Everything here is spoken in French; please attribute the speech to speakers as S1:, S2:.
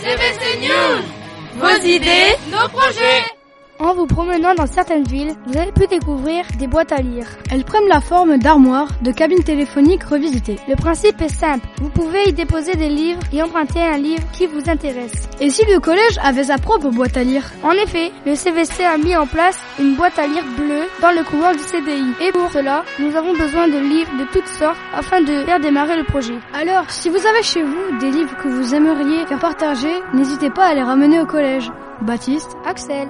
S1: GVC News Vos idées, nos projets
S2: En vous promenant dans certaines villes, vous avez pu découvrir des boîtes à lire.
S3: Elles prennent la forme d'armoires, de cabines téléphoniques revisitées.
S2: Le principe est simple, vous pouvez y déposer des livres et emprunter un livre qui vous intéresse.
S3: Et si le collège avait sa propre boîte à lire
S2: En effet, le CVC a mis en place une boîte à lire bleue dans le couloir du CDI. Et pour cela, nous avons besoin de livres de toutes sortes afin de faire démarrer le projet.
S3: Alors, si vous avez chez vous des livres que vous aimeriez faire partager, n'hésitez pas à les ramener au collège. Baptiste,
S2: Axel,